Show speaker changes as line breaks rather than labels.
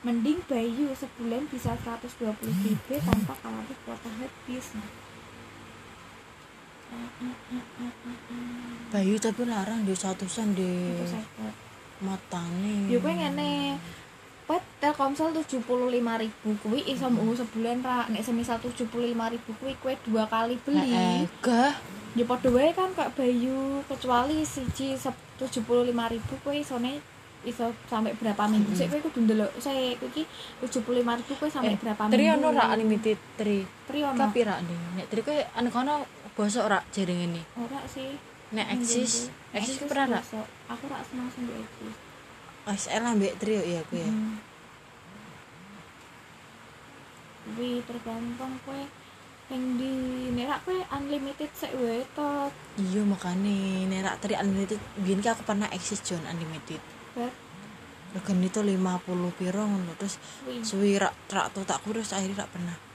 Mending Bayu sebulan bisa 120 GB tanpa kalori kuota habis.
Bayu tapi larang di satusan di
Itu saya
matane.
Ya kowe ngene. Pet Telkomsel 75.000 kuwi iso mbok sebulan ra nek semisal 75.000 kuwi kowe dua kali beli.
Heeh, Nah, eh, gah.
Ya padha wae kan kayak Bayu kecuali siji sep- 75.000 kowe isone iso sampai berapa minggu sik kowe kudu ndelok sik kowe iki 75.000 kowe sampai
Eh,
berapa minggu.
Tri ono ra unlimited tri.
Tri ono.
Tapi ra nih. Nek tri kowe anu kono bosok ra jaring ini.
Ora sih.
Nek eksis,
Minggu.
eksis pernah ra?
besok. Aku ra seneng sing mbok eksis.
SL ambek eh, tri yo ya aku ya.
Hmm. Kuwi tergantung kowe yang di nek rak kowe unlimited sik wae to
Iya makane nek ra tri unlimited biyen ki aku pernah eksis John unlimited.
bar
Regane itu 50 piro ngono terus
kuwi. Iya.
suwi rak rak tuh tak kurus akhirnya rak pernah